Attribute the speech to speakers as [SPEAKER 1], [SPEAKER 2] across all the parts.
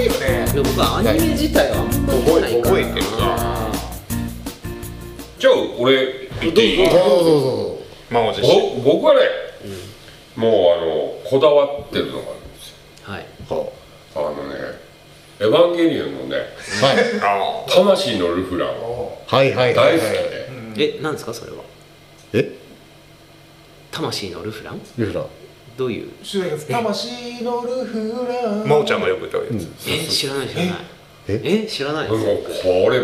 [SPEAKER 1] かアニメ自体はあんま見てないから
[SPEAKER 2] 覚えてるな
[SPEAKER 3] じゃあ俺言っていい
[SPEAKER 2] どうぞどうぞ満を持して
[SPEAKER 3] ぼ僕はね、もうあのこだわってるのがあるんですよ
[SPEAKER 1] はい
[SPEAKER 2] は
[SPEAKER 3] あのね「エヴァンゲリオン」のね「
[SPEAKER 2] い
[SPEAKER 3] 魂のルフラン」
[SPEAKER 2] はいはいは
[SPEAKER 3] 大
[SPEAKER 2] い
[SPEAKER 3] 好き
[SPEAKER 2] はい
[SPEAKER 3] で
[SPEAKER 1] えなんですかそれは
[SPEAKER 2] え
[SPEAKER 1] 魂のルフラン
[SPEAKER 2] ルフラン
[SPEAKER 1] どういう
[SPEAKER 4] 主題歌魂のルフラン
[SPEAKER 5] 真央ちゃんがよく歌うやつ、
[SPEAKER 1] え知らない知らない
[SPEAKER 2] え
[SPEAKER 1] え知らない
[SPEAKER 3] もうこれ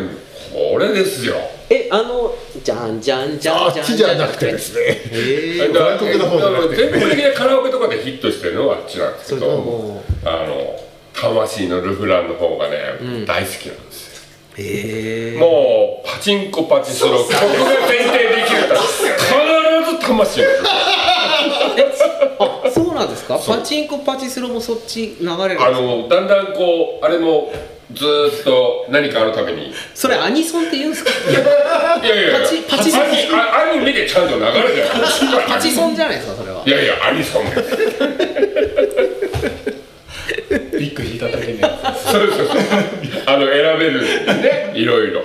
[SPEAKER 3] これですよ
[SPEAKER 1] えあのじゃんじゃんじゃ
[SPEAKER 2] あ
[SPEAKER 1] んじゃ
[SPEAKER 2] っ
[SPEAKER 1] ん
[SPEAKER 2] ちじゃなくてですね
[SPEAKER 1] え
[SPEAKER 3] だから
[SPEAKER 2] 外国の方じゃなくて
[SPEAKER 3] 全国的なカラオケとかでヒットしてるのはあっちなんです
[SPEAKER 1] そ
[SPEAKER 3] け
[SPEAKER 1] れと
[SPEAKER 3] ど
[SPEAKER 1] も
[SPEAKER 3] あの魂のルフランの方がね、
[SPEAKER 1] ん
[SPEAKER 3] 大好きなんですよ
[SPEAKER 1] えー
[SPEAKER 3] もうパチンコパチスロ曲が前提できるから必ず魂のルフラン
[SPEAKER 1] あそうなんですかパチンコパチスロもそっち流れるんです
[SPEAKER 3] あ
[SPEAKER 1] か
[SPEAKER 3] のだんだんこうあれもずーっと何かあるためにい
[SPEAKER 1] それアニソンって言うんですか
[SPEAKER 3] やいやいや
[SPEAKER 1] パチパチ
[SPEAKER 3] アニあアニメでちゃんと流れてる
[SPEAKER 1] パチソンじゃないですかそれはい
[SPEAKER 3] やいやアニソン
[SPEAKER 4] ビッグ引いただけのや
[SPEAKER 3] そうそうそうあの選べるねいろいろ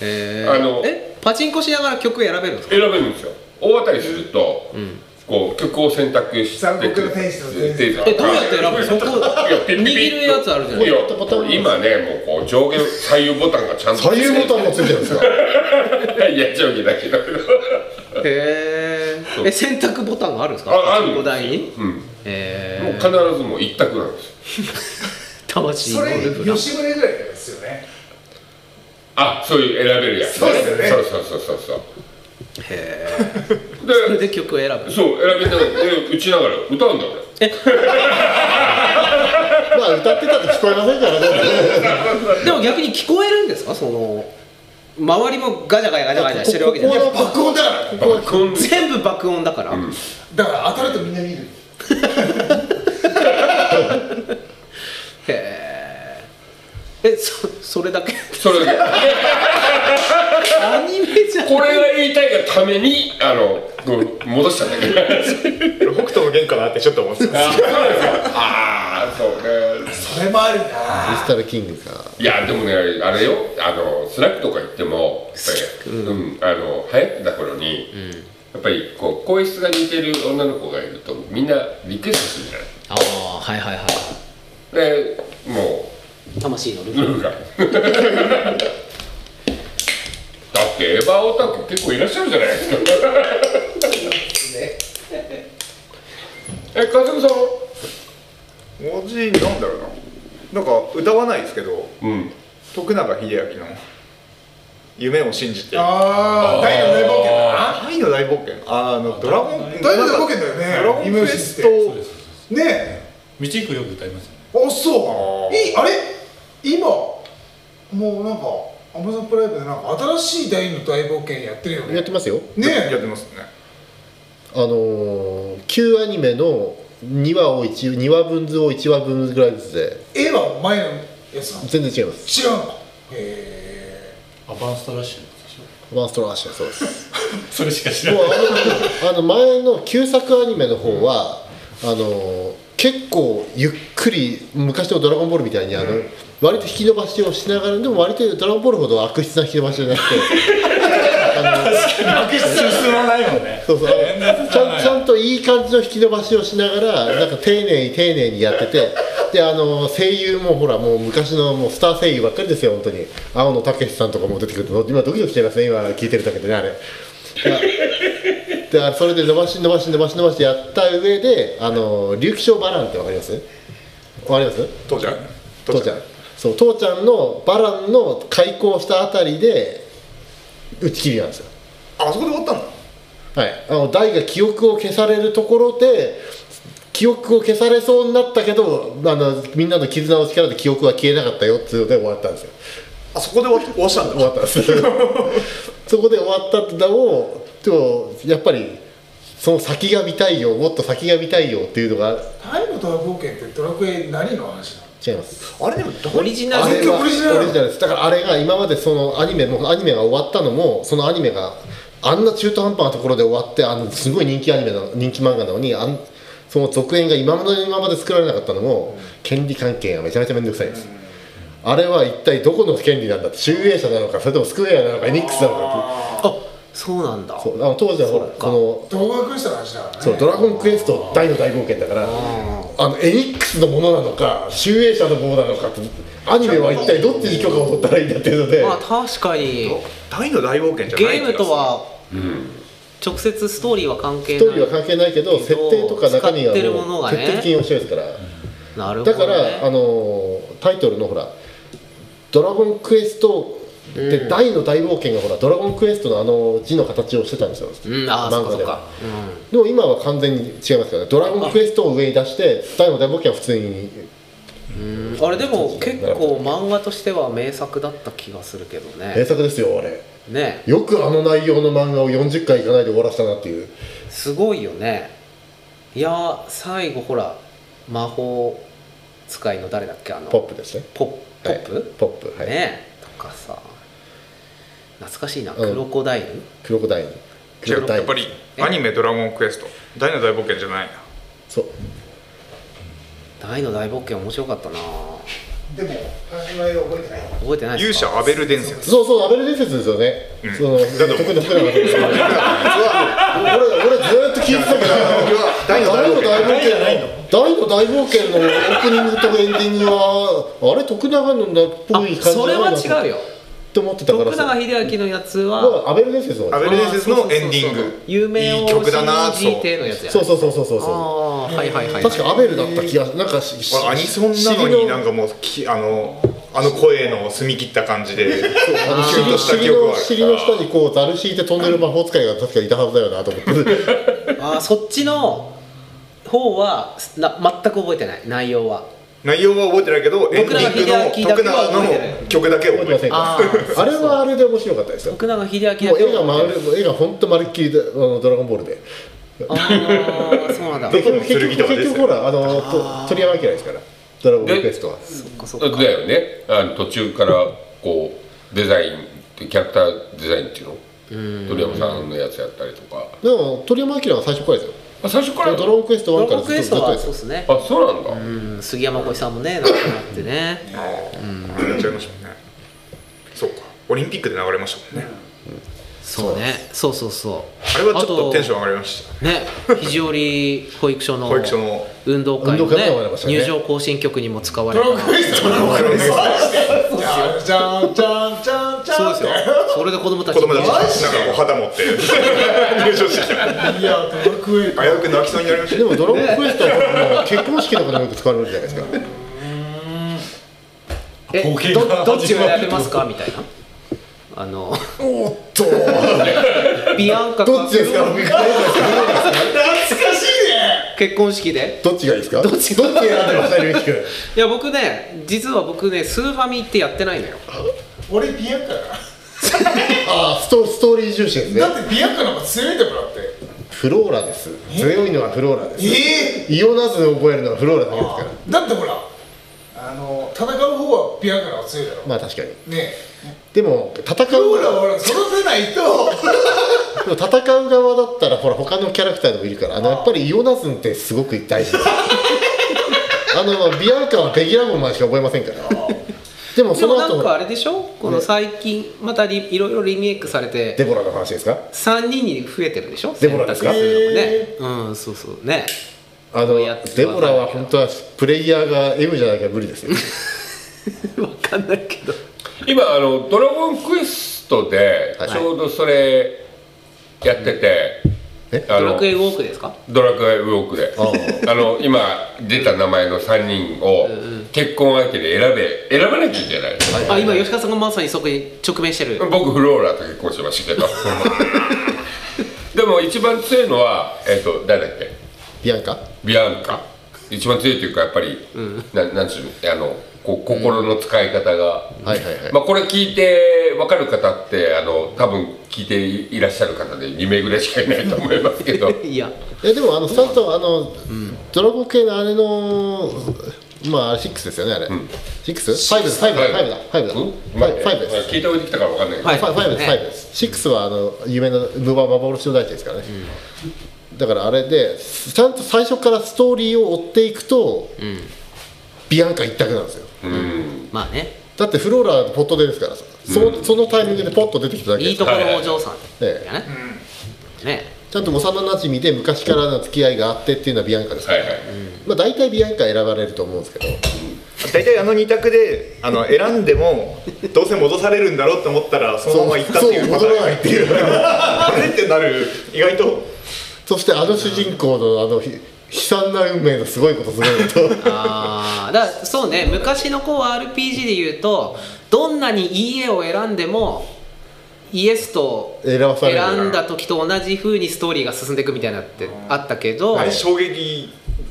[SPEAKER 1] え
[SPEAKER 3] あの
[SPEAKER 1] えパチンコしながら曲選べるんですか
[SPEAKER 3] 選べるんですよ大当たりすると、こう曲を選択して
[SPEAKER 4] 残酷な天使の伝説
[SPEAKER 1] えどうやって選ぶのそこ
[SPEAKER 3] いやピッピッピッ
[SPEAKER 1] 握るやつあるじゃない
[SPEAKER 3] や今ねもうこう上下左右ボタンがちゃんと
[SPEAKER 2] 左右ボタンもついてるんですか
[SPEAKER 3] ンいや上下だけだ けど
[SPEAKER 1] へ
[SPEAKER 3] そ
[SPEAKER 1] ー
[SPEAKER 3] う
[SPEAKER 1] え選択ボタンがあるんですか
[SPEAKER 3] ああ
[SPEAKER 1] パ
[SPEAKER 3] る
[SPEAKER 1] チンコ台に
[SPEAKER 3] うんもう
[SPEAKER 1] え
[SPEAKER 3] 必
[SPEAKER 1] ー
[SPEAKER 3] ずもう一択なんですよ
[SPEAKER 1] 魂
[SPEAKER 4] そ
[SPEAKER 1] の
[SPEAKER 4] れ
[SPEAKER 1] ルフラン
[SPEAKER 4] 吉宗ぐらいですよね
[SPEAKER 3] あそういう選べるやつ
[SPEAKER 4] そうですよね
[SPEAKER 3] そうそうそうそうそう
[SPEAKER 1] へ
[SPEAKER 3] で
[SPEAKER 1] ーそれで曲を選ぶ
[SPEAKER 3] そう選びながらで打ちながら歌うんだ俺
[SPEAKER 2] まあ歌ってたって聞こえませんからね
[SPEAKER 1] でも逆に聞こえるんですかその周りもガチャガチャガチャガチャしてるわけじゃ
[SPEAKER 2] こ
[SPEAKER 1] な
[SPEAKER 2] こ
[SPEAKER 1] い
[SPEAKER 2] の爆音だからここは
[SPEAKER 3] バコン
[SPEAKER 1] 全部爆音だから、
[SPEAKER 4] だから当たるとみんな見る
[SPEAKER 1] へーえそそれだ け
[SPEAKER 3] それで
[SPEAKER 1] アニメじゃん
[SPEAKER 3] これが言いたいがためにあのこう戻したんだけ ど
[SPEAKER 5] 北斗の玄関だってちょっと思ってた
[SPEAKER 3] ああそうね
[SPEAKER 4] それもあるな
[SPEAKER 2] ミスタルキングか
[SPEAKER 3] いやでもねあれよあのスナックとか行ってもやっぱり、うんあの流行ってた頃に、やっぱりこう声質が似てる女の子がいるとみんなリクエストするじゃない
[SPEAKER 1] ああはいはいはい
[SPEAKER 3] でも
[SPEAKER 1] 魂のル
[SPEAKER 3] うル
[SPEAKER 1] フ
[SPEAKER 3] ールがだってエヴァオタク結構いらっしゃるじゃないですかえ風間さんは
[SPEAKER 5] 文字なんだろうななんか歌わないですけど
[SPEAKER 3] うん
[SPEAKER 5] 徳永英明の「夢を信じて」
[SPEAKER 4] ああ大の大冒険だな
[SPEAKER 5] 愛の大冒険あのドラゴン
[SPEAKER 4] 大の大冒険だよね
[SPEAKER 5] ドラゴン
[SPEAKER 4] 夢を
[SPEAKER 5] クエ
[SPEAKER 4] 信じ
[SPEAKER 5] ス
[SPEAKER 4] て
[SPEAKER 5] ト
[SPEAKER 4] ねえ
[SPEAKER 6] 道行くよく歌いますよね
[SPEAKER 4] あそういいあれ今もうなんかアマゾンプライムでなんか新しい大の大冒険やってるよ
[SPEAKER 2] やっ
[SPEAKER 4] ね
[SPEAKER 2] てますよ
[SPEAKER 4] ね
[SPEAKER 5] やっ
[SPEAKER 4] え
[SPEAKER 5] てますね
[SPEAKER 2] あのー旧アニメの2話を1 2話分ずを1話分ぐらいずつで
[SPEAKER 4] 絵は前のやつなの
[SPEAKER 2] 全然違います
[SPEAKER 4] 違うのかへ
[SPEAKER 6] アバンストラッシュのやつでし
[SPEAKER 2] ワンストラッシュそうです
[SPEAKER 6] ょ それしか知ら
[SPEAKER 2] も
[SPEAKER 6] ないう
[SPEAKER 2] あのあの前の旧作アニメの方は、あの結構ゆっくり昔の「ドラゴンボール」みたいにあの、割と引き伸ばしをしながらでも割と「ドラゴンボール」ほど悪質な引き伸ばしじゃなくて
[SPEAKER 6] 負け進まないもんね
[SPEAKER 2] そうそうあのちゃんちゃんといい感じの引き伸ばしをしながらなんか丁寧に丁寧にやっててであの声優もほらもう昔のもうスター声優ばっかりですよ本当に青野武さんとかも出てくると今ドキドキしちゃいますね今聞いてるだけでねあれ。であそれで伸ばし伸ばし伸ばし伸ばしやった上であの竜気バランってわかりますわかります
[SPEAKER 5] 父ちゃん
[SPEAKER 2] 父ちゃんそう父ちゃんのバランの開口したあたりで打ち切りなんですよ
[SPEAKER 5] あそこで終わったの
[SPEAKER 2] はいあの大が記憶を消されるところで記憶を消されそうになったけどあのみんなの絆の力で記憶は消えなかったよっつうので終わったんですよ
[SPEAKER 5] あそこで終わっ終わしたんだ
[SPEAKER 2] 終わったんですそこで終わったのをでもやっぱりその先が見たいよもっと先が見たいよっていうのが
[SPEAKER 4] え大の大冒険ってドラクエ何の話なの
[SPEAKER 2] 違います
[SPEAKER 5] あれでも
[SPEAKER 1] オリジナ
[SPEAKER 2] あ
[SPEAKER 1] ル
[SPEAKER 2] れ
[SPEAKER 4] 全
[SPEAKER 2] は
[SPEAKER 4] 部オ
[SPEAKER 2] オ
[SPEAKER 4] リ
[SPEAKER 2] リ
[SPEAKER 4] ジ
[SPEAKER 2] ジ
[SPEAKER 4] ナル
[SPEAKER 2] ナルですだからあれが今までそのアニメもアニメが終わったのもそのアニメがあんな中途半端なところで終わってあのすごい人気アニメの人気漫画なのにあんその続編が今まで今まで作られなかったのも権利関係がめちゃめちゃ面倒くさいです、あれは一体どこの権利なんだって集英社なのかそれともスクエアなのかエニックスなのか
[SPEAKER 1] あそうなんだ
[SPEAKER 2] ってそうあの当時はほら
[SPEAKER 1] そうか
[SPEAKER 2] こ
[SPEAKER 4] 動画クエストの話だからね
[SPEAKER 2] のそう「ドラゴンクエスト大の大冒険」だからあのエニックスのものなのか集英社のものなのかってアニメは一体どっちに許可を取ったらいいんだっていうので
[SPEAKER 1] まあ確かに
[SPEAKER 5] 大の大冒険じゃ
[SPEAKER 1] ゲ
[SPEAKER 5] な
[SPEAKER 1] ー
[SPEAKER 5] い気
[SPEAKER 1] ム
[SPEAKER 5] が
[SPEAKER 1] とは
[SPEAKER 3] うん
[SPEAKER 1] 直接ストーリーは関係
[SPEAKER 2] ス
[SPEAKER 1] ない
[SPEAKER 2] トーリーは関係ないけど設定とか中身
[SPEAKER 1] 使ってるも
[SPEAKER 2] は
[SPEAKER 1] の
[SPEAKER 2] もう
[SPEAKER 1] がね
[SPEAKER 2] 徹底的に面白いですから。
[SPEAKER 1] なるほ
[SPEAKER 2] だ
[SPEAKER 1] ど、
[SPEAKER 2] か
[SPEAKER 1] ね、
[SPEAKER 2] ら、あのータイトルのほら「ドラゴンクエスト」で大の大冒険がほら「ドラゴンクエスト」のあの字の形をしてたんですよ、
[SPEAKER 1] うんああそっかそっ
[SPEAKER 2] で
[SPEAKER 1] か
[SPEAKER 2] は、でも今は完全に違いますからね「ドラゴンクエスト」を上に出して大の大冒険は普通に
[SPEAKER 1] うん、あれでも結構漫画としては名作だった気がするけど
[SPEAKER 2] 名
[SPEAKER 1] ね
[SPEAKER 2] 作ですよあれ
[SPEAKER 1] ね
[SPEAKER 2] よくあの内容の漫画を40回いかないで終わらせたなっていう
[SPEAKER 1] すごいよねいやー最後ほら魔法使いの誰だっけあの
[SPEAKER 2] ポップですね
[SPEAKER 1] ポッポップ、
[SPEAKER 2] はい、ポップはい、
[SPEAKER 1] ねとかさ懐かしいな、
[SPEAKER 2] うん
[SPEAKER 1] クロコダイル
[SPEAKER 2] クロコダイルクロコダイル
[SPEAKER 5] やっぱりアニメ「ドラゴンクエスト」大の大冒険じゃないな
[SPEAKER 2] そう
[SPEAKER 1] 大の大冒険面白かったな
[SPEAKER 4] でも始まり覚えてない
[SPEAKER 1] 覚えてない
[SPEAKER 5] 勇
[SPEAKER 1] ですか
[SPEAKER 5] 者アベル伝説
[SPEAKER 2] そうそう、アベル伝説ですよね。その、得意な福永ですよ。俺、俺ずーっと聞いてたけど、大の大冒険の、大の大冒険のオープニングとエンディングは、あれ、徳永のだっぽい感じ
[SPEAKER 1] あそれは違うよ
[SPEAKER 2] って思ってたから
[SPEAKER 1] 徳
[SPEAKER 2] さ
[SPEAKER 1] 永。英明のやつは
[SPEAKER 2] まあアベル伝説の
[SPEAKER 5] ア。ベル伝説のエンディン
[SPEAKER 1] そうそうそう
[SPEAKER 5] グ
[SPEAKER 1] 有名を
[SPEAKER 5] いい曲だなと
[SPEAKER 1] CGT のやつや
[SPEAKER 2] そうそうそうそうそう
[SPEAKER 1] あ
[SPEAKER 2] そ
[SPEAKER 1] あーはいはいは
[SPEAKER 2] う。
[SPEAKER 1] い
[SPEAKER 2] 確かアベルだった気が、なんかし、し
[SPEAKER 5] 俺アニソンなのになんかもうきあのあの声の澄み切った感じ で
[SPEAKER 2] あの
[SPEAKER 5] キュンとした
[SPEAKER 2] 尻
[SPEAKER 5] 記
[SPEAKER 2] の
[SPEAKER 5] 憶は
[SPEAKER 2] 尻の下にこうざる敷いて飛んでる魔法使いが確かいたはずだよなと思って
[SPEAKER 1] あーそっちの方はな全く覚えてない内容は
[SPEAKER 5] 内容は覚えてないけどエンディングの徳永の曲だけ
[SPEAKER 2] 覚え
[SPEAKER 5] 覚
[SPEAKER 2] てま
[SPEAKER 5] え
[SPEAKER 2] せ
[SPEAKER 5] て
[SPEAKER 2] んか
[SPEAKER 5] る
[SPEAKER 1] あー
[SPEAKER 2] あれはあれで面白かったですよ
[SPEAKER 1] 徳永英明だけ
[SPEAKER 2] もう絵がま
[SPEAKER 1] 覚えてる
[SPEAKER 2] る絵が本当まるっきりであのドラゴンボールで。
[SPEAKER 1] ああそう なんだ
[SPEAKER 2] で
[SPEAKER 5] どこの
[SPEAKER 2] 結局
[SPEAKER 5] 剣とか
[SPEAKER 2] 結
[SPEAKER 5] で
[SPEAKER 2] 局
[SPEAKER 5] すよ
[SPEAKER 2] ほらあのと鳥山明ですから。ドラゴンクエストは。
[SPEAKER 1] そっかそっか
[SPEAKER 3] だよねあの途中からこうデザインキャラクターデザインっていうの鳥山さんのやつやったりとか
[SPEAKER 2] でも鳥山明は最初からですよ。
[SPEAKER 3] あ最初から
[SPEAKER 2] ドラゴンクエスト
[SPEAKER 1] ド
[SPEAKER 2] 1
[SPEAKER 1] ラ
[SPEAKER 2] か
[SPEAKER 1] ゴ
[SPEAKER 2] ら
[SPEAKER 1] ン
[SPEAKER 2] ず
[SPEAKER 1] ク
[SPEAKER 2] っ
[SPEAKER 1] エ
[SPEAKER 2] と
[SPEAKER 1] ス
[SPEAKER 2] ずっ
[SPEAKER 1] ト
[SPEAKER 2] と
[SPEAKER 1] は
[SPEAKER 2] で
[SPEAKER 1] そう
[SPEAKER 2] す
[SPEAKER 1] です
[SPEAKER 2] よ。
[SPEAKER 1] ね
[SPEAKER 3] あそうなんだ、
[SPEAKER 1] うん杉山浩一さんもね亡くなってね
[SPEAKER 5] やっちゃいましたもんねそうかオリンピックで流れましたもんね
[SPEAKER 1] そうねそうそうそう
[SPEAKER 5] あれはちょっとテンション
[SPEAKER 1] ン
[SPEAKER 5] 上がりました
[SPEAKER 1] ね肘折保育所の
[SPEAKER 5] 保育所の
[SPEAKER 1] 運動会の
[SPEAKER 2] 運動会
[SPEAKER 1] ね
[SPEAKER 2] も流れましたね
[SPEAKER 1] 入場行進曲にも使われた
[SPEAKER 4] じゃんじゃんじゃんじゃんじゃん
[SPEAKER 1] そうですよそれで子供たち
[SPEAKER 5] 子供たち
[SPEAKER 1] ね
[SPEAKER 5] なんかこう旗持って 入場してきた
[SPEAKER 4] いやドラクエ
[SPEAKER 5] 危うく泣きそうになりました
[SPEAKER 2] でもドラゴンクエストはもう結婚式とかでもよく使われるじゃないですか。
[SPEAKER 1] え
[SPEAKER 6] 統計
[SPEAKER 1] ど
[SPEAKER 6] が
[SPEAKER 1] どっちを選べますかみたいなあの
[SPEAKER 2] おっと。
[SPEAKER 1] ビアンカ
[SPEAKER 2] どっちですか。
[SPEAKER 4] 懐かしいね
[SPEAKER 1] 結婚式で
[SPEAKER 2] どっちがいいですか。どっちどっち選んでました龍一君。
[SPEAKER 1] いや僕ね実は僕ねスーファミってやってないのよ
[SPEAKER 4] 俺ビアンカだ
[SPEAKER 2] ああストストーリー重視ですね。
[SPEAKER 4] だってビアンカの方が強いんだもんだって
[SPEAKER 2] フローラです。強いのはフローラです。
[SPEAKER 4] ええ
[SPEAKER 2] イオナズを覚えるのはフローラだけですから。
[SPEAKER 4] だってほらあの戦う方はビアンカの方が強いだろ
[SPEAKER 2] まあ確かに。
[SPEAKER 4] ね
[SPEAKER 2] でも戦
[SPEAKER 4] え
[SPEAKER 2] う
[SPEAKER 4] ほらほら育てないと
[SPEAKER 2] でも戦う側だったらほら他のキャラクターでもいるからあのやっぱりイオナズンってすごく大 事ですあのビアンカはベギラゴンまでしか覚えませんからでも
[SPEAKER 1] で
[SPEAKER 2] そ
[SPEAKER 1] も
[SPEAKER 2] の
[SPEAKER 1] なん
[SPEAKER 2] 後
[SPEAKER 1] かあれでしょこの最近またリいろいろリメイクされて
[SPEAKER 2] デボラの話ですか
[SPEAKER 1] 3人に増えてるでしょ
[SPEAKER 2] デボラですか
[SPEAKER 1] 選択肢のねうんそうそうね
[SPEAKER 2] あの
[SPEAKER 1] うやつ
[SPEAKER 2] デボラは本当はプレイヤーが M じゃなきゃ無理ですよ
[SPEAKER 1] 分かんないけど
[SPEAKER 3] 今あの「ドラゴンクエスト」で
[SPEAKER 2] はい
[SPEAKER 3] ちょうどそれやってて、
[SPEAKER 2] え
[SPEAKER 3] あ
[SPEAKER 1] ドラ
[SPEAKER 3] の
[SPEAKER 1] クエウォークですか
[SPEAKER 3] ドラクエウォークであの今出た名前の3人を結婚相手で選べ選ばなきゃいけない、
[SPEAKER 1] あ今吉川さんがまさにそこに直面してる
[SPEAKER 3] 僕フローラと結婚しましたけどでも一番強いのはえっ、と誰だっけ
[SPEAKER 2] ビアンカ
[SPEAKER 3] ビアンカ一番強いというかやっぱり、なん、なんちゅうのあのこう心の使い方が、
[SPEAKER 2] はいはいはい
[SPEAKER 3] まあ、これ聞いて分かる方ってあの多分聞いていらっしゃる方で2名ぐらいしかいないと思います けど
[SPEAKER 1] いや
[SPEAKER 2] いやでもあのスタートあの、ドラゴン系のあれのまあ6ですよねあれ、6?5 です5だ5だ5だ
[SPEAKER 3] うん
[SPEAKER 2] 5だ5です
[SPEAKER 3] 聞いておいてきたから分かんないけど、
[SPEAKER 1] はい
[SPEAKER 2] ファイファイブです、ファイブです。シックスはあの有名な無番幻の大地ですからね。だからあれでちゃんと最初からストーリーを追っていくと、ビアンカ一択なんですよ。
[SPEAKER 3] うん
[SPEAKER 1] まあね
[SPEAKER 2] だってフローラーポットでですからさそ,、そのタイミングでポッと出てきただけ
[SPEAKER 1] い
[SPEAKER 2] で
[SPEAKER 1] い
[SPEAKER 2] す
[SPEAKER 1] と
[SPEAKER 2] か
[SPEAKER 1] このお嬢さん
[SPEAKER 2] え
[SPEAKER 1] がね、ね
[SPEAKER 2] ちゃんと幼なじみで昔からの付き合いがあってっていうのはビアンカですか
[SPEAKER 3] は
[SPEAKER 2] ら、
[SPEAKER 3] いはい
[SPEAKER 2] まあ、大体ビアンカ選ばれると思うんですけど
[SPEAKER 5] 大体あの2択であの選んでもどうせ戻されるんだろうと思ったらそのまま行ったっていう
[SPEAKER 2] そうそう戻らないって
[SPEAKER 5] いうあれってなる意外と
[SPEAKER 2] そしてあの主人公のあのひ悲惨な運命のすごいことすごいこと
[SPEAKER 1] ああだからそうね昔の子は RPG で言うとどんなにいい家を選んでもイエスと
[SPEAKER 2] 選ばされる
[SPEAKER 1] 選んだ時と同じ風にストーリーが進んでいくみたいなってあったけど
[SPEAKER 5] あれ衝撃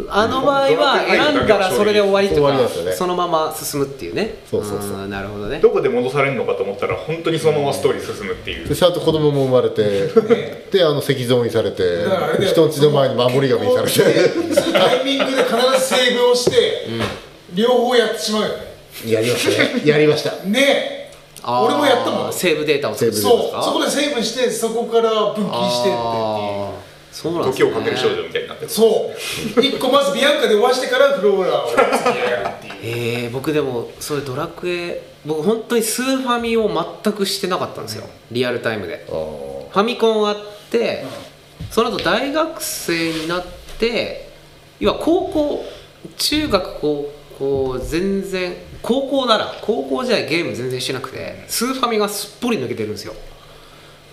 [SPEAKER 1] あの場合は選んだらそれで終わりと
[SPEAKER 2] 終わ
[SPEAKER 1] か
[SPEAKER 2] りですよね
[SPEAKER 1] そのまま進むっていうね
[SPEAKER 2] そうそうそうん
[SPEAKER 1] なるほどね
[SPEAKER 5] どこで戻されるのかと思ったら本当にそのままストーリー進むっていう
[SPEAKER 2] でちゃんと子供も生まれて、であの石像にされて
[SPEAKER 4] だからあれだよ
[SPEAKER 2] 人んちの前に守り神にされて
[SPEAKER 4] そのタイミングで必ずセーブをして、両方やってしまうよね
[SPEAKER 2] やりましたねやりました
[SPEAKER 4] ねえ
[SPEAKER 1] あー
[SPEAKER 4] 俺もやったもんそ
[SPEAKER 1] セーブデータを
[SPEAKER 2] セーブデータ
[SPEAKER 4] うそこでセーブしてそこから分岐してって
[SPEAKER 1] あーそうなんです
[SPEAKER 5] 時
[SPEAKER 1] ね
[SPEAKER 5] をかける少女みたいになって
[SPEAKER 4] そう一個まずビアンカで終わしてからフローラーを次やるっていう
[SPEAKER 1] えー、僕でもそれドラクエ僕本当にスーファミを全くしてなかったんですよ、リアルタイムで
[SPEAKER 2] あー
[SPEAKER 1] ファミコンあって、その後大学生になって要は高校中学高校全然高校なら高校時代ゲーム全然してなくてスーファミがすっぽり抜けてるんですよ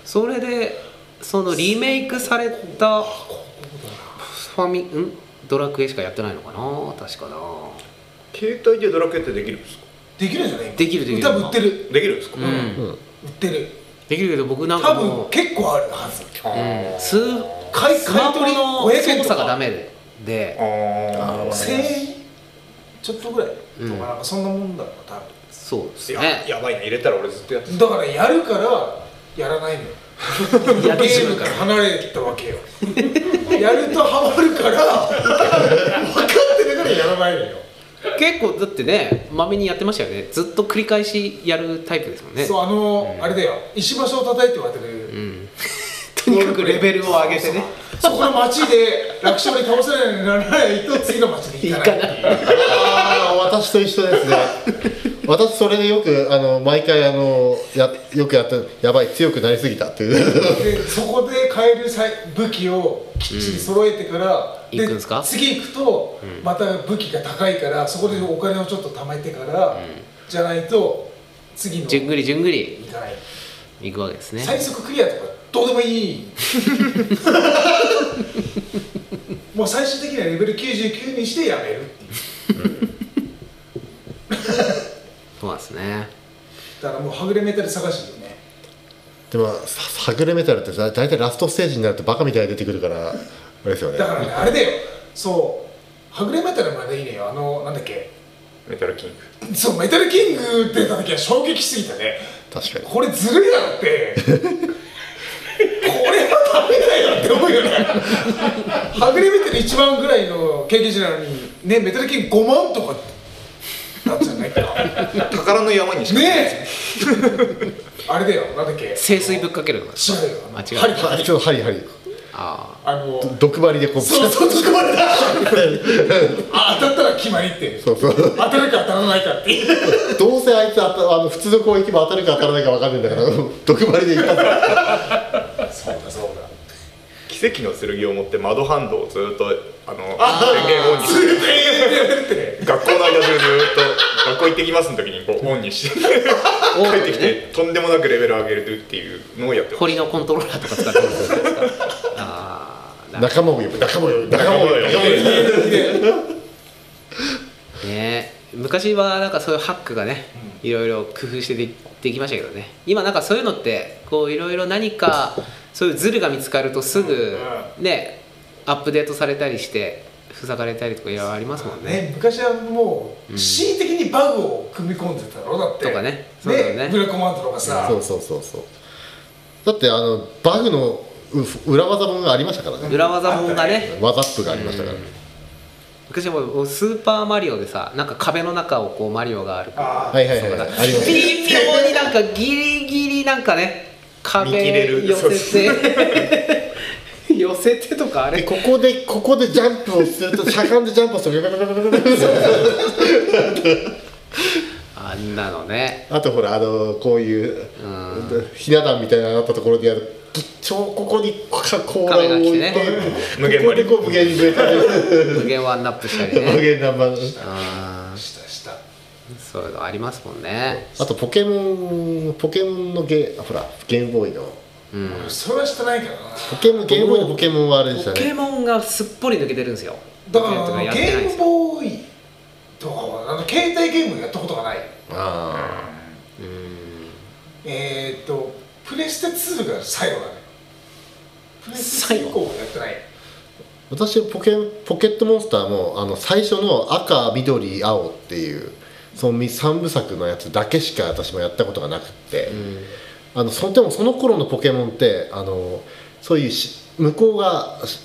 [SPEAKER 1] それでそのリメイクされたファミんドラクエしかやってないのかな確かな
[SPEAKER 5] 携帯でドラクエってできるんですか
[SPEAKER 4] できるんじゃない
[SPEAKER 1] できるできる
[SPEAKER 4] 多分売ってる
[SPEAKER 5] できるんですか、
[SPEAKER 1] うん
[SPEAKER 4] 売ってる
[SPEAKER 1] できるけど僕なん
[SPEAKER 4] 多
[SPEAKER 1] かも
[SPEAKER 4] 分
[SPEAKER 1] う
[SPEAKER 4] 結構あるはず
[SPEAKER 1] うんスー
[SPEAKER 4] 買い
[SPEAKER 1] ス
[SPEAKER 4] 買
[SPEAKER 1] マ
[SPEAKER 4] い
[SPEAKER 1] ホ
[SPEAKER 4] 取り
[SPEAKER 1] の
[SPEAKER 4] 500円
[SPEAKER 1] 操
[SPEAKER 4] と
[SPEAKER 1] 作
[SPEAKER 4] か
[SPEAKER 1] がダメでで
[SPEAKER 5] ああ
[SPEAKER 4] 1000円ちょっとぐらいとか
[SPEAKER 1] うん
[SPEAKER 4] なんかそんなもんだろう多分
[SPEAKER 1] そうです
[SPEAKER 5] や
[SPEAKER 1] ね
[SPEAKER 5] やばいな入れたら俺ずっとやって
[SPEAKER 4] だからやるからやらないのよ
[SPEAKER 1] やって
[SPEAKER 4] ゲ
[SPEAKER 1] し
[SPEAKER 4] ー
[SPEAKER 1] まう
[SPEAKER 4] ム
[SPEAKER 1] か
[SPEAKER 4] からら離れたわけよやるとハマるから分かってるからやらないのよ、
[SPEAKER 1] 結構だってねまめにやってましたよねずっと繰り返しやるタイプですもんね
[SPEAKER 4] そうあの、あれだよ石橋を叩いて割れてる、
[SPEAKER 1] うんとにかくレベルを上げてね
[SPEAKER 4] そこの町で楽勝に倒せないようにならないと次の町に行かないっていう
[SPEAKER 2] あー私と一緒ですね私それでよくあの毎回あのやよくやってやばい強くなりすぎたっていう
[SPEAKER 4] でそこで買えるさい武器をきっちり揃えてから、
[SPEAKER 1] 行くんすか
[SPEAKER 4] 次行くとまた武器が高いからそこでお金をちょっと貯めてから、じゃないと次の
[SPEAKER 1] じゅんぐりじゅんぐり
[SPEAKER 4] 行かない
[SPEAKER 1] いくわけですね
[SPEAKER 4] 最速クリアとかどうでもい いもう最終的にはレベル99にしてやめるっていう
[SPEAKER 1] そうなんですね
[SPEAKER 4] だからもうはぐれメタル探しよね
[SPEAKER 2] でもさはぐれメタルってさ大体ラストステージになるとバカみたいに出てくるからあれですよね
[SPEAKER 4] だからねあれだよそうはぐれメタルまでいいねよあのなんだっけ
[SPEAKER 5] メタルキング
[SPEAKER 4] そうメタルキング出た時は衝撃しすぎたね
[SPEAKER 2] 確かに
[SPEAKER 4] これずるいだろってこれは食べないよって思うよねはぐれメタル1万ぐらいの経験値なのにねメタルキング5万とかなんじゃないかね
[SPEAKER 5] 宝の山にしか
[SPEAKER 4] えあれだよなんだっけ
[SPEAKER 1] 清水ぶっかけるのか
[SPEAKER 4] 違うよ
[SPEAKER 1] あ違う
[SPEAKER 4] 針
[SPEAKER 2] はいちょっと針針
[SPEAKER 1] あ
[SPEAKER 4] あの
[SPEAKER 2] 毒針でこう
[SPEAKER 4] そうそうそうまれたあ当たったら決まりって
[SPEAKER 2] そうそう
[SPEAKER 4] 当たるか当たらないかっていう
[SPEAKER 2] どうせあいつ当たあの普通の攻撃も当たるか当たらないか分かんないんだから毒針で一発
[SPEAKER 4] そうだそうだ
[SPEAKER 5] 奇跡の剣を持って窓ハンドをずっとあの電源オンにして学校の間中ずっと学校行ってきますの時にこうオンにして
[SPEAKER 1] あ
[SPEAKER 5] 帰ってきてとんでもなくレベル上げるっていうのをやってます
[SPEAKER 1] 堀のコントローラーとか使ってますああなる
[SPEAKER 2] 仲間を呼ぶ仲間を呼ぶ仲間を
[SPEAKER 5] 仲
[SPEAKER 2] 呼
[SPEAKER 5] 間
[SPEAKER 2] ぶ
[SPEAKER 5] だよ
[SPEAKER 1] ほどね昔はなんかそういうハックがねいろいろ工夫してでできましたけどね今なんかそういうのってこういろいろ何かそういうズルが見つかるとすぐねアップデートされたりして塞がれたりとかいろいろありますもんね
[SPEAKER 4] ね昔はもう恣意的にバグを組み込んでたろだって
[SPEAKER 1] とかねそうだよね
[SPEAKER 4] ブラックコマンドとかさ
[SPEAKER 2] そうそうそうそうだってあのバグのう裏技本がありましたからね
[SPEAKER 1] 裏技本がね
[SPEAKER 2] 技アップがありましたから、
[SPEAKER 1] 昔はもうスーパーマリオでさなんか壁の中をこうマリオがあるから
[SPEAKER 4] ああ
[SPEAKER 2] はいはいはいはいありました
[SPEAKER 1] 微妙になんかギリギリなんかね壁
[SPEAKER 5] 見切れる
[SPEAKER 1] 寄せて 寄せてとかあ
[SPEAKER 2] で
[SPEAKER 1] れ
[SPEAKER 2] ここでここでジャンプをするとしゃがんでジャンプをすると
[SPEAKER 1] あんなのね
[SPEAKER 2] あとほらあのこういうひな壇みたいなのがあったところでやる超ここにコカ・コーラを置いて、
[SPEAKER 1] 壁
[SPEAKER 5] 無限
[SPEAKER 2] ここにこう
[SPEAKER 5] 盛り
[SPEAKER 2] 無限に増えたり
[SPEAKER 1] 無限ワンナップしたり
[SPEAKER 2] 無
[SPEAKER 1] ね
[SPEAKER 2] 限なま
[SPEAKER 1] あ
[SPEAKER 4] したした
[SPEAKER 1] ーそういうのありますもんね
[SPEAKER 2] あとポケモンポケモンのゲほらゲームボーイの
[SPEAKER 4] 俺それはしてないからな
[SPEAKER 2] ポケモンゲームボーイのポケモンはあれでした
[SPEAKER 1] ポ
[SPEAKER 2] ね
[SPEAKER 1] ケモンがすっぽり抜けてるんですよ
[SPEAKER 4] だから
[SPEAKER 1] ポケモン
[SPEAKER 4] あ
[SPEAKER 1] とや
[SPEAKER 4] の
[SPEAKER 1] っ
[SPEAKER 4] ゲ
[SPEAKER 1] てないんで
[SPEAKER 4] ー
[SPEAKER 1] す
[SPEAKER 4] ム
[SPEAKER 1] よ
[SPEAKER 4] ボーイとかはあの携帯ゲームやったことがない
[SPEAKER 2] あ
[SPEAKER 4] えー、っとプレステ2が最後だねプレステ2以降はやってない
[SPEAKER 2] あ私ポケポケットモンスターもあの最初の赤緑青っていうその3部作のやつだけしか私もやったことがなくって、あのそでもその頃のポケモンってあのそういうし向こうがし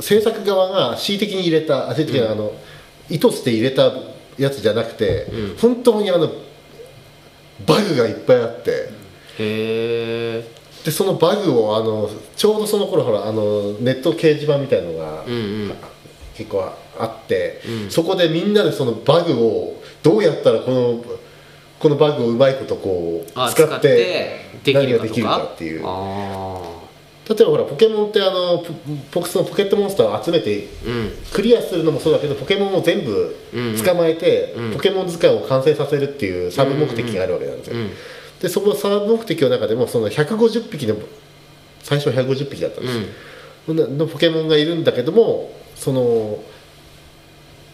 [SPEAKER 2] 制作側が恣意的に入れたあ恣意的にあの、意図して入れたやつじゃなくて、本当にあのバグがいっぱいあって。
[SPEAKER 1] へえ
[SPEAKER 2] でそのバグをあのちょうどその頃ほらあのネット掲示板みたいのが
[SPEAKER 1] うんうん
[SPEAKER 2] 結構あって、そこでみんなでそのバグをどうやったらこのこのバグをうまいことこう
[SPEAKER 1] あ
[SPEAKER 2] 使って
[SPEAKER 1] 使ってでき
[SPEAKER 2] 何
[SPEAKER 1] る
[SPEAKER 2] が
[SPEAKER 1] かとか
[SPEAKER 2] できるかっていう例
[SPEAKER 1] あ
[SPEAKER 2] えばほらポケモンってあのポポクスのポケットモンスターを集めて
[SPEAKER 1] あうん
[SPEAKER 2] クリアするのもそうだけどポケモンを全部捕まえて、
[SPEAKER 1] うん
[SPEAKER 2] ポケモン図鑑を完成させるっていうサブ目的があるわけなんですよ、
[SPEAKER 1] うん
[SPEAKER 2] でそのサーブ目的の中でもその150匹の最初は150匹だったんですよ、ののポケモンがいるんだけどもその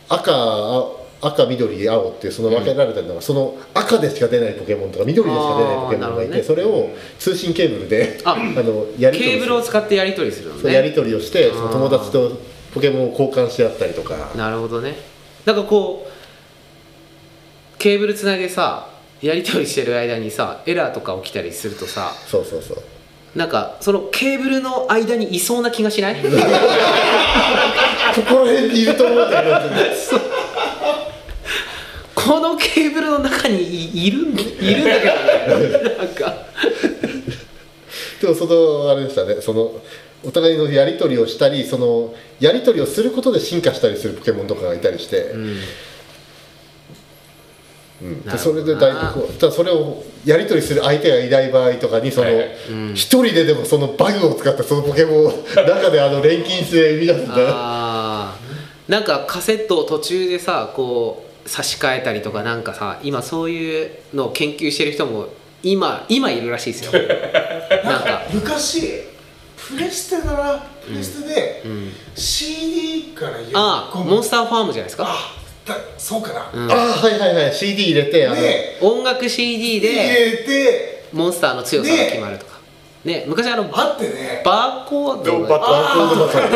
[SPEAKER 2] 赤あ赤緑青っていうその分けられたのが、その赤でしか出ないポケモンとか緑でしか出ないポケモ
[SPEAKER 1] あー
[SPEAKER 2] ンがいて、
[SPEAKER 1] なるほどね
[SPEAKER 2] それを通信ケーブルで
[SPEAKER 1] あ
[SPEAKER 2] のやり取
[SPEAKER 1] ケ
[SPEAKER 2] り
[SPEAKER 1] ー
[SPEAKER 2] す
[SPEAKER 1] ブ
[SPEAKER 2] る
[SPEAKER 1] ルを使ってやり取りするの
[SPEAKER 2] そうやり
[SPEAKER 1] ね
[SPEAKER 2] 取りをしてその友達とポケモンを交換し合ったりとか
[SPEAKER 1] なるほどねなんかこうケーブルつないでさやり取りしてる間にさエラーとか起きたりするとさ
[SPEAKER 2] そうそうそう
[SPEAKER 1] なんかそのケーブルの間にいそうな気がしない
[SPEAKER 2] ここら辺にいると思うんだけ ど
[SPEAKER 1] このケーブルの中にいいるんいるんだけど、ね、なんか
[SPEAKER 2] でもそのあれでしたねそのお互いのやり取りをしたりそのやり取りをすることで進化したりするポケモンとかがいたりして、うんでそれで
[SPEAKER 1] なる
[SPEAKER 2] 大
[SPEAKER 1] ほどな
[SPEAKER 2] 体ただそれをやり取りする相手がいない場合とかにその
[SPEAKER 3] はいはい
[SPEAKER 2] 一、人ででもそのバグを使ってそのポケモンを中であの錬金して生み出すんだよ
[SPEAKER 1] あーなんかカセットを途中でさこう差し替えたりとかなんかさ今そういうのを研究してる人も今今いるらしいですよなんか
[SPEAKER 4] 昔プレステだなプレステで CD から読み
[SPEAKER 1] ああ
[SPEAKER 4] 込む
[SPEAKER 1] モンスターファームじゃないですか
[SPEAKER 4] あだそうかな、
[SPEAKER 2] ああはいはいはい CD 入れてあの、
[SPEAKER 4] で
[SPEAKER 1] 音楽 CD
[SPEAKER 4] 入
[SPEAKER 1] で
[SPEAKER 4] れて
[SPEAKER 1] モンスターの強さが決まるとかね昔あのバ
[SPEAKER 4] あってね
[SPEAKER 1] バーコード
[SPEAKER 5] ドバ
[SPEAKER 1] が
[SPEAKER 5] ッ
[SPEAKER 2] バーコードバトラー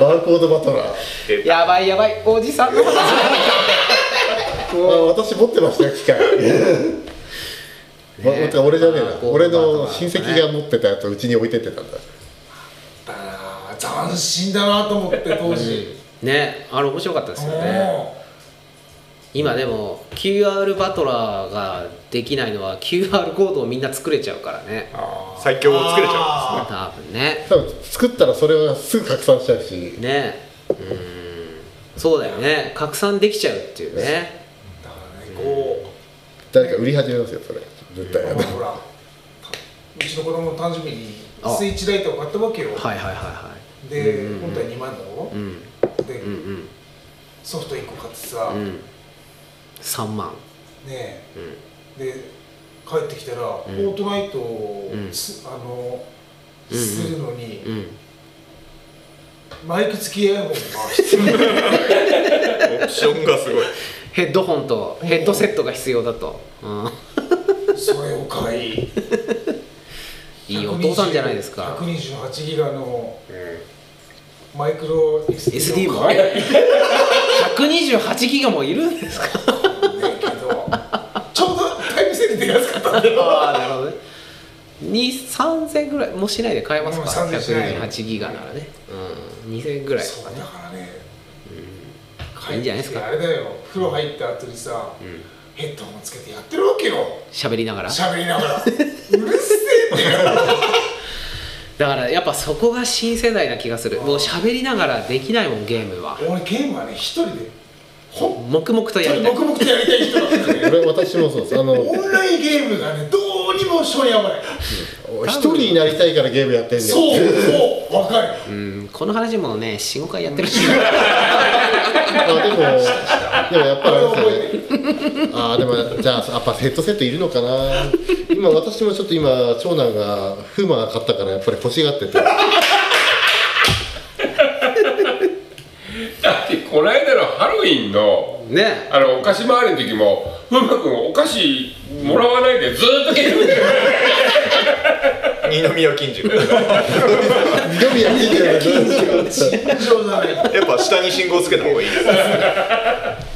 [SPEAKER 2] バーコードバトラー
[SPEAKER 1] やばいやばいおじさんのこと
[SPEAKER 2] あ私持ってましたよ機械わ待って俺じゃねえ
[SPEAKER 1] あー
[SPEAKER 2] な
[SPEAKER 1] こう
[SPEAKER 2] 俺
[SPEAKER 1] バー
[SPEAKER 2] の
[SPEAKER 1] とか
[SPEAKER 2] 親戚が持ってたやつをうちに置いてってたんだ
[SPEAKER 4] だな斬新だなと思って当時、
[SPEAKER 1] ねあれ面白かったですよね
[SPEAKER 4] お
[SPEAKER 1] 今でも QR バトラーができないのは QR コードをみんな作れちゃうからね
[SPEAKER 5] 最強を作れちゃ
[SPEAKER 4] あ
[SPEAKER 1] 多分ね
[SPEAKER 2] 多分作ったらそれはすぐ拡散しちゃうし
[SPEAKER 1] ねうーんそうだよね拡散できちゃうっていうね
[SPEAKER 4] ーだからねこ
[SPEAKER 2] 誰か売り始めますよそれ絶対
[SPEAKER 4] うほらうちの子供の誕生日に
[SPEAKER 1] あ
[SPEAKER 4] スイッチライトを買ったわけよ
[SPEAKER 1] はいはいはいはい
[SPEAKER 4] で、本体2万だろ、
[SPEAKER 1] うん
[SPEAKER 4] で、
[SPEAKER 1] うんうん
[SPEAKER 4] ソフト1個買ってさ、
[SPEAKER 1] う
[SPEAKER 4] ね
[SPEAKER 1] ん3万
[SPEAKER 4] え
[SPEAKER 1] うん
[SPEAKER 4] で帰ってきたら、フォートナイトをす、あの
[SPEAKER 1] うんうん
[SPEAKER 4] するのに、
[SPEAKER 1] うん
[SPEAKER 4] マイク付きイヤホン回して
[SPEAKER 5] うオプションがすごい
[SPEAKER 1] ヘッドホンとヘッドセットが必要だと、うん、
[SPEAKER 4] それを買い
[SPEAKER 1] いいお父さんじゃないですか
[SPEAKER 4] 128ギガの、マイクロ
[SPEAKER 1] SD も
[SPEAKER 4] 買えない
[SPEAKER 1] 128ギガもいるんですか
[SPEAKER 4] けどちょうどタイムセールで安かったんだよ
[SPEAKER 1] ああなるほどね3000ぐらいもうしないで買えますか
[SPEAKER 4] うん3000しない
[SPEAKER 1] 128ギガならね、うん、2000ぐらい
[SPEAKER 4] そうだからね、
[SPEAKER 1] いいんじゃないですか
[SPEAKER 4] あれだよ風呂入った後にさ、ヘッドホンつけてやってるわけよ
[SPEAKER 1] 喋りながら
[SPEAKER 4] 喋りながらうるせえんだよ
[SPEAKER 1] だからやっぱそこが新世代な気がするもう喋りながらできないもんゲームは
[SPEAKER 4] 俺ゲームはね一人でほん
[SPEAKER 1] 黙々とや
[SPEAKER 4] とに
[SPEAKER 1] りたい
[SPEAKER 4] 黙々とやりたい人なんですよね
[SPEAKER 2] 俺私もそうですあの
[SPEAKER 4] オンラインゲームがねどうにも性に合わない
[SPEAKER 2] 一人になりたいからゲームやってんねん
[SPEAKER 4] そうそうわかる
[SPEAKER 1] うんこの話もね45回やってるし
[SPEAKER 2] あでもでもやっぱりあれですよねあーでもじゃあやっぱヘッドセットいるのかな今私もちょっと今長男がフーマ買ったからやっぱり欲しがってて
[SPEAKER 3] だってこの間のハロウィンの
[SPEAKER 1] ね
[SPEAKER 3] あのお菓子回りの時も風磨君お菓子もらわないでずーっとゲームで
[SPEAKER 5] 二宮金次郎
[SPEAKER 2] 二宮金次郎が
[SPEAKER 4] 上手だね
[SPEAKER 5] やっぱ下に信号つけた方がいいです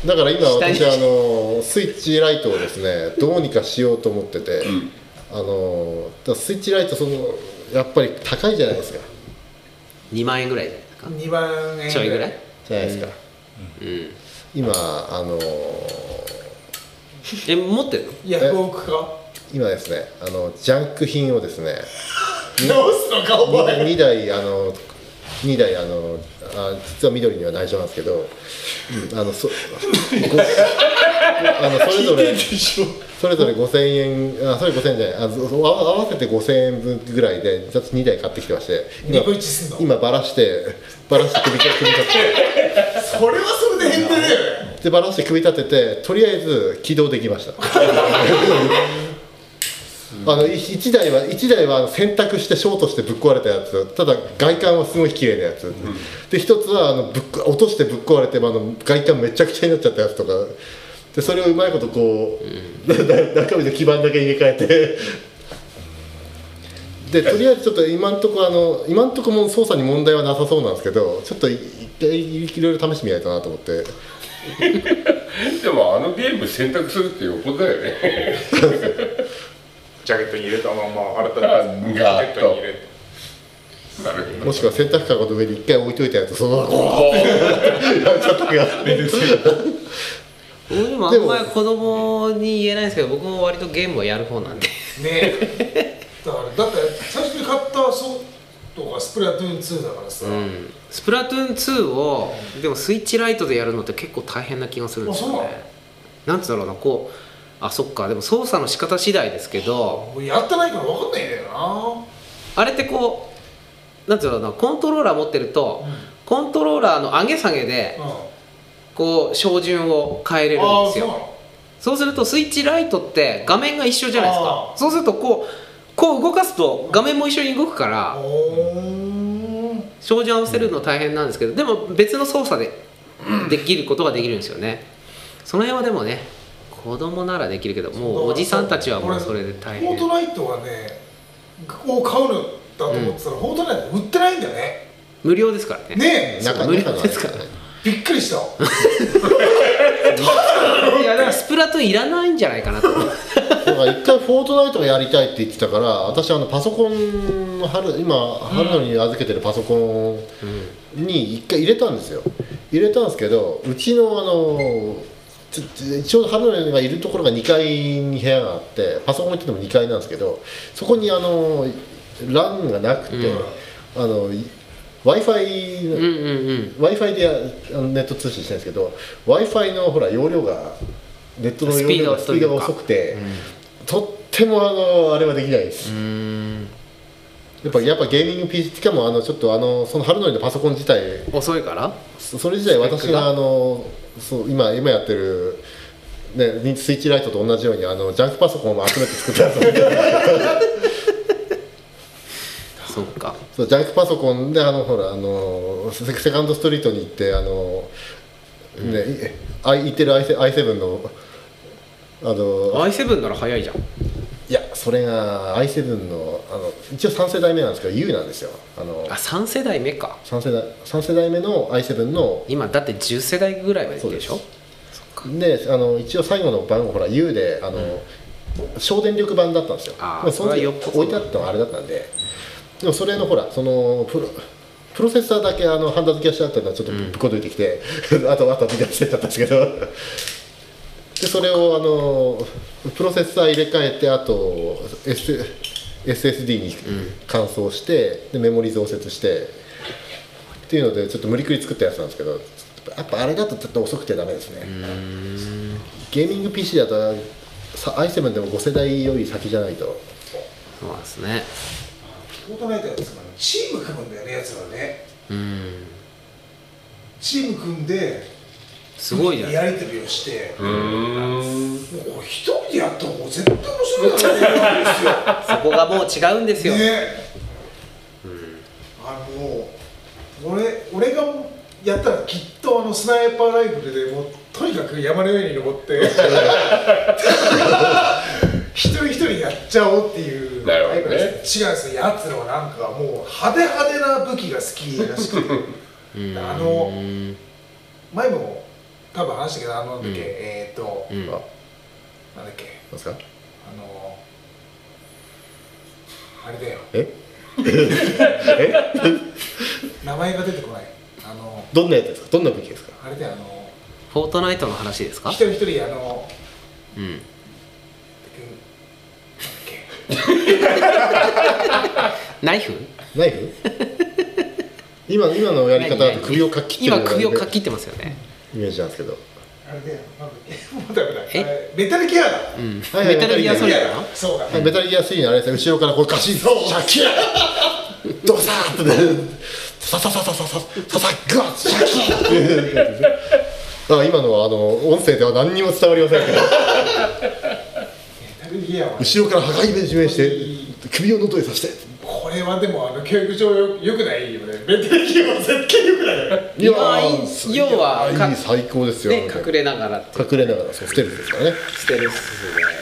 [SPEAKER 2] だから今
[SPEAKER 1] 下に
[SPEAKER 2] 私あのスイッチライトをですねどうにかしようと思ってて、あのだからスイッチライトそのやっぱり高いじゃないですか
[SPEAKER 1] 2万円ぐらいじゃないですか
[SPEAKER 4] 2万円
[SPEAKER 1] ちょいぐらい
[SPEAKER 2] じゃないですか、今あの
[SPEAKER 1] え持ってるの
[SPEAKER 4] いや
[SPEAKER 2] え
[SPEAKER 4] 5億か
[SPEAKER 2] 今ですねあのジャンク品をですね
[SPEAKER 4] どうすのかお前
[SPEAKER 2] 2台あの2台あのあ実は緑には内緒なんですけど、うんあのそごあのそれぞれそれぞれ5000円あそれ5000円じゃないあそそ合わ合わせて5000円分ぐらいで2台買ってきてまして今
[SPEAKER 4] ニコイチすんの
[SPEAKER 2] 今バラしてバラして組み立て組み立
[SPEAKER 4] それはそれで変態だよね
[SPEAKER 2] てでバラして組み立ててとりあえず起動できましたあの1台は一台は選択してショートしてぶっ壊れたやつただ外観はすごい綺麗なやつ、で一つはあのぶっこ落としてぶっ壊れてあの外観めちゃくちゃになっちゃったやつとかでそれをうまいことこう、 なな中身の基板だけ入れ替えてでとりあえずちょっと今んとこあの今んとこも操作に問題はなさそうなんですけどちょっとい一回いろいろ試してみないとなと思って
[SPEAKER 3] でもあのゲーム選択するってよっぽどだよね
[SPEAKER 5] ジャケットに入れたまんま新たにジ
[SPEAKER 3] ガ
[SPEAKER 5] ャ
[SPEAKER 3] ーッ
[SPEAKER 5] ケ
[SPEAKER 3] と
[SPEAKER 5] ットに入れて
[SPEAKER 3] なるほど
[SPEAKER 2] もしくは洗濯籠の上に一回置いといたやつそのままこうやっちゃったから
[SPEAKER 1] 俺もあんまり子供に言えないんですけど僕も割とゲームをやる方なんで
[SPEAKER 4] ねだからだって最初に買ったソフトがスプラトゥーン2だからさ、
[SPEAKER 1] うんスプラトゥーン2をでもスイッチライトでやるのって結構大変な気がするんですよ
[SPEAKER 4] あそうな
[SPEAKER 1] ね
[SPEAKER 4] の
[SPEAKER 1] なんつうんだろうなこうあそっかでも操作の仕方次第ですけど
[SPEAKER 4] 俺やってないから分かんないんだよな
[SPEAKER 1] あれってこうなんつうんだろうなコントローラー持ってると、コントローラーの上げ下げでこう照準を変えれるんですよそうするとスイッチライトって画面が一緒じゃないですか
[SPEAKER 4] あー
[SPEAKER 1] そうするとこうこう動かすと画面も一緒に動くから、
[SPEAKER 4] あおー
[SPEAKER 1] 照準合わせるの大変なんですけどでも別の操作でできることができるんですよねその辺はでもね子供ならできるけどもうおじさんたちはもうそれで大
[SPEAKER 4] フォート
[SPEAKER 1] 変
[SPEAKER 4] ナイトはねを買うのだと思ってたら、フォートナイト売ってないんだよね
[SPEAKER 1] 無料ですからね
[SPEAKER 4] ねえ
[SPEAKER 1] そう無料ですからね
[SPEAKER 4] びっくりしたわ
[SPEAKER 1] いやだからスプラトゥーンいらないんじゃないかなと思う
[SPEAKER 2] だから一回フォートナイトがやりたいって言ってたから私あのパソコンの春今春野に預けてるパソコンに一回入れたんですよ入れたんですけどうちのあのちょちょちょうど春野がいるところが2階に部屋があってパソコン行ってても2階なんですけどそこにあの LAN がなくて、あの w i f i
[SPEAKER 1] うんうんうん
[SPEAKER 2] w i f i でやあのネット通信してるんですけど w i f i のほら容量がネットの容量が
[SPEAKER 1] ス
[SPEAKER 2] ス
[SPEAKER 1] ピー
[SPEAKER 2] ピー
[SPEAKER 1] ドが
[SPEAKER 2] ドが
[SPEAKER 1] 遅
[SPEAKER 2] 遅
[SPEAKER 1] い
[SPEAKER 2] くて、とってもあのあれはできないですやっぱやっぱゲーミング PC しかもあのちょっとあのその春のりのパソコン自体
[SPEAKER 1] 遅いから
[SPEAKER 2] そそれ自体
[SPEAKER 1] スペッ
[SPEAKER 2] 私
[SPEAKER 1] クが
[SPEAKER 2] があのそう今今やってる、ね、スイッチライトと同じようにあのジャンクパソコンを集めて作ったやつなんで
[SPEAKER 1] そっか
[SPEAKER 2] そうジャンクパソコンであのほらあのセセカンドストリートに行ってあの、ねいあい行ってる i- i7 のあの
[SPEAKER 1] i7 なら早いじゃん
[SPEAKER 2] いやそれが i7 のあの一応3世代目なんですけど U なんですよあの
[SPEAKER 1] あ3世代目か
[SPEAKER 2] 3世代三世代目の i7 の
[SPEAKER 1] 今だって10世代ぐらいまでいってるでしょ
[SPEAKER 2] そうであの一応最後の番号ほら U であの、省電力版だったんですよ
[SPEAKER 1] あー
[SPEAKER 2] まあその
[SPEAKER 1] それ
[SPEAKER 2] 時
[SPEAKER 1] はよっぽど
[SPEAKER 2] 置いてあったのはあれだったんででもそれのほらそのプロプロセッサーだけあのハンダ付けをしてあったのはちょっとぶっこどいてきて、 あとあと離脱してたんですけどでそれをあのプロセッサー入れ替えてあと、S、SSD に換装して、でメモリ増設してっていうのでちょっと無理くり作ったやつなんですけどやっやっぱあれだとちょっと遅くてダメですねゲーミング PC だとさ i7 でも5世代より先じゃないと
[SPEAKER 1] そうなんですね
[SPEAKER 4] フォートナイトやつからチーム組むんだよねやつらはね
[SPEAKER 1] うん
[SPEAKER 4] チーム組んです
[SPEAKER 1] ごいじゃん
[SPEAKER 4] やり取りをして
[SPEAKER 3] うーん
[SPEAKER 4] もうこれ一人でやったらもう絶対面白いだろうなと思 うん
[SPEAKER 1] そこがもう違うんです
[SPEAKER 4] ですよ
[SPEAKER 1] よ
[SPEAKER 4] ねあの俺俺がやったらきっとあのスナイパーライフルでもうとにかく山の上に登って 一人一人やっちゃおうっていう
[SPEAKER 3] なるほど
[SPEAKER 4] 違
[SPEAKER 3] ね
[SPEAKER 4] うんですよやつらはなんかもう派手派手な武器が好きらしくて あの前も多分話したけどあのなんだっけ、
[SPEAKER 1] うん
[SPEAKER 4] えっ、ー、と、
[SPEAKER 1] うん
[SPEAKER 4] なんだっけ
[SPEAKER 2] ですか
[SPEAKER 4] あのあれだよ
[SPEAKER 2] え
[SPEAKER 4] 名前が出てこないあの
[SPEAKER 2] どんなやつですかどんな武器ですか
[SPEAKER 4] あれだよあの
[SPEAKER 1] フォートナイトの話ですか
[SPEAKER 4] 一人一人あのなんだっ
[SPEAKER 1] うん
[SPEAKER 4] け
[SPEAKER 1] ナイフ
[SPEAKER 2] ナイフ今今のやり方だと首をかっきって
[SPEAKER 1] 今
[SPEAKER 2] るような
[SPEAKER 1] 首をかっきってますよね
[SPEAKER 2] イメージなんですけど
[SPEAKER 4] あれだよなんだっけもうダメだ
[SPEAKER 1] え
[SPEAKER 4] えメタルギアだ
[SPEAKER 1] うん
[SPEAKER 2] はいはい
[SPEAKER 1] メタルギアソ
[SPEAKER 4] ギ
[SPEAKER 1] リ
[SPEAKER 4] ア
[SPEAKER 1] ッド
[SPEAKER 4] だ
[SPEAKER 1] の
[SPEAKER 4] そうだ
[SPEAKER 2] はいメタルギア3のあれですね後ろからこうガシッシャキーンドサーッとねササササササササグワッシャキーンあ今のはあの音声では何にも伝わりませんけど
[SPEAKER 4] メタルギアは
[SPEAKER 2] 後ろから破壊目示して首をのどえさせて
[SPEAKER 4] これはでもあの教育上よよくないよねメタルギアは絶対よくないよ ね
[SPEAKER 2] い
[SPEAKER 1] やー要はいか
[SPEAKER 2] い最高ですよ
[SPEAKER 1] で隠れながらって
[SPEAKER 2] 隠れながらそうステルスですからね
[SPEAKER 1] ステルスでやっ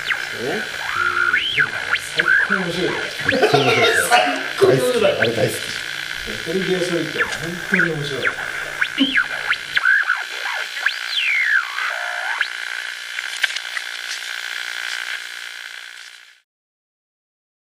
[SPEAKER 1] て
[SPEAKER 4] 最高に面白いよ
[SPEAKER 2] 大好きあれ大好
[SPEAKER 4] メ タルギアソリッドは本当に面白い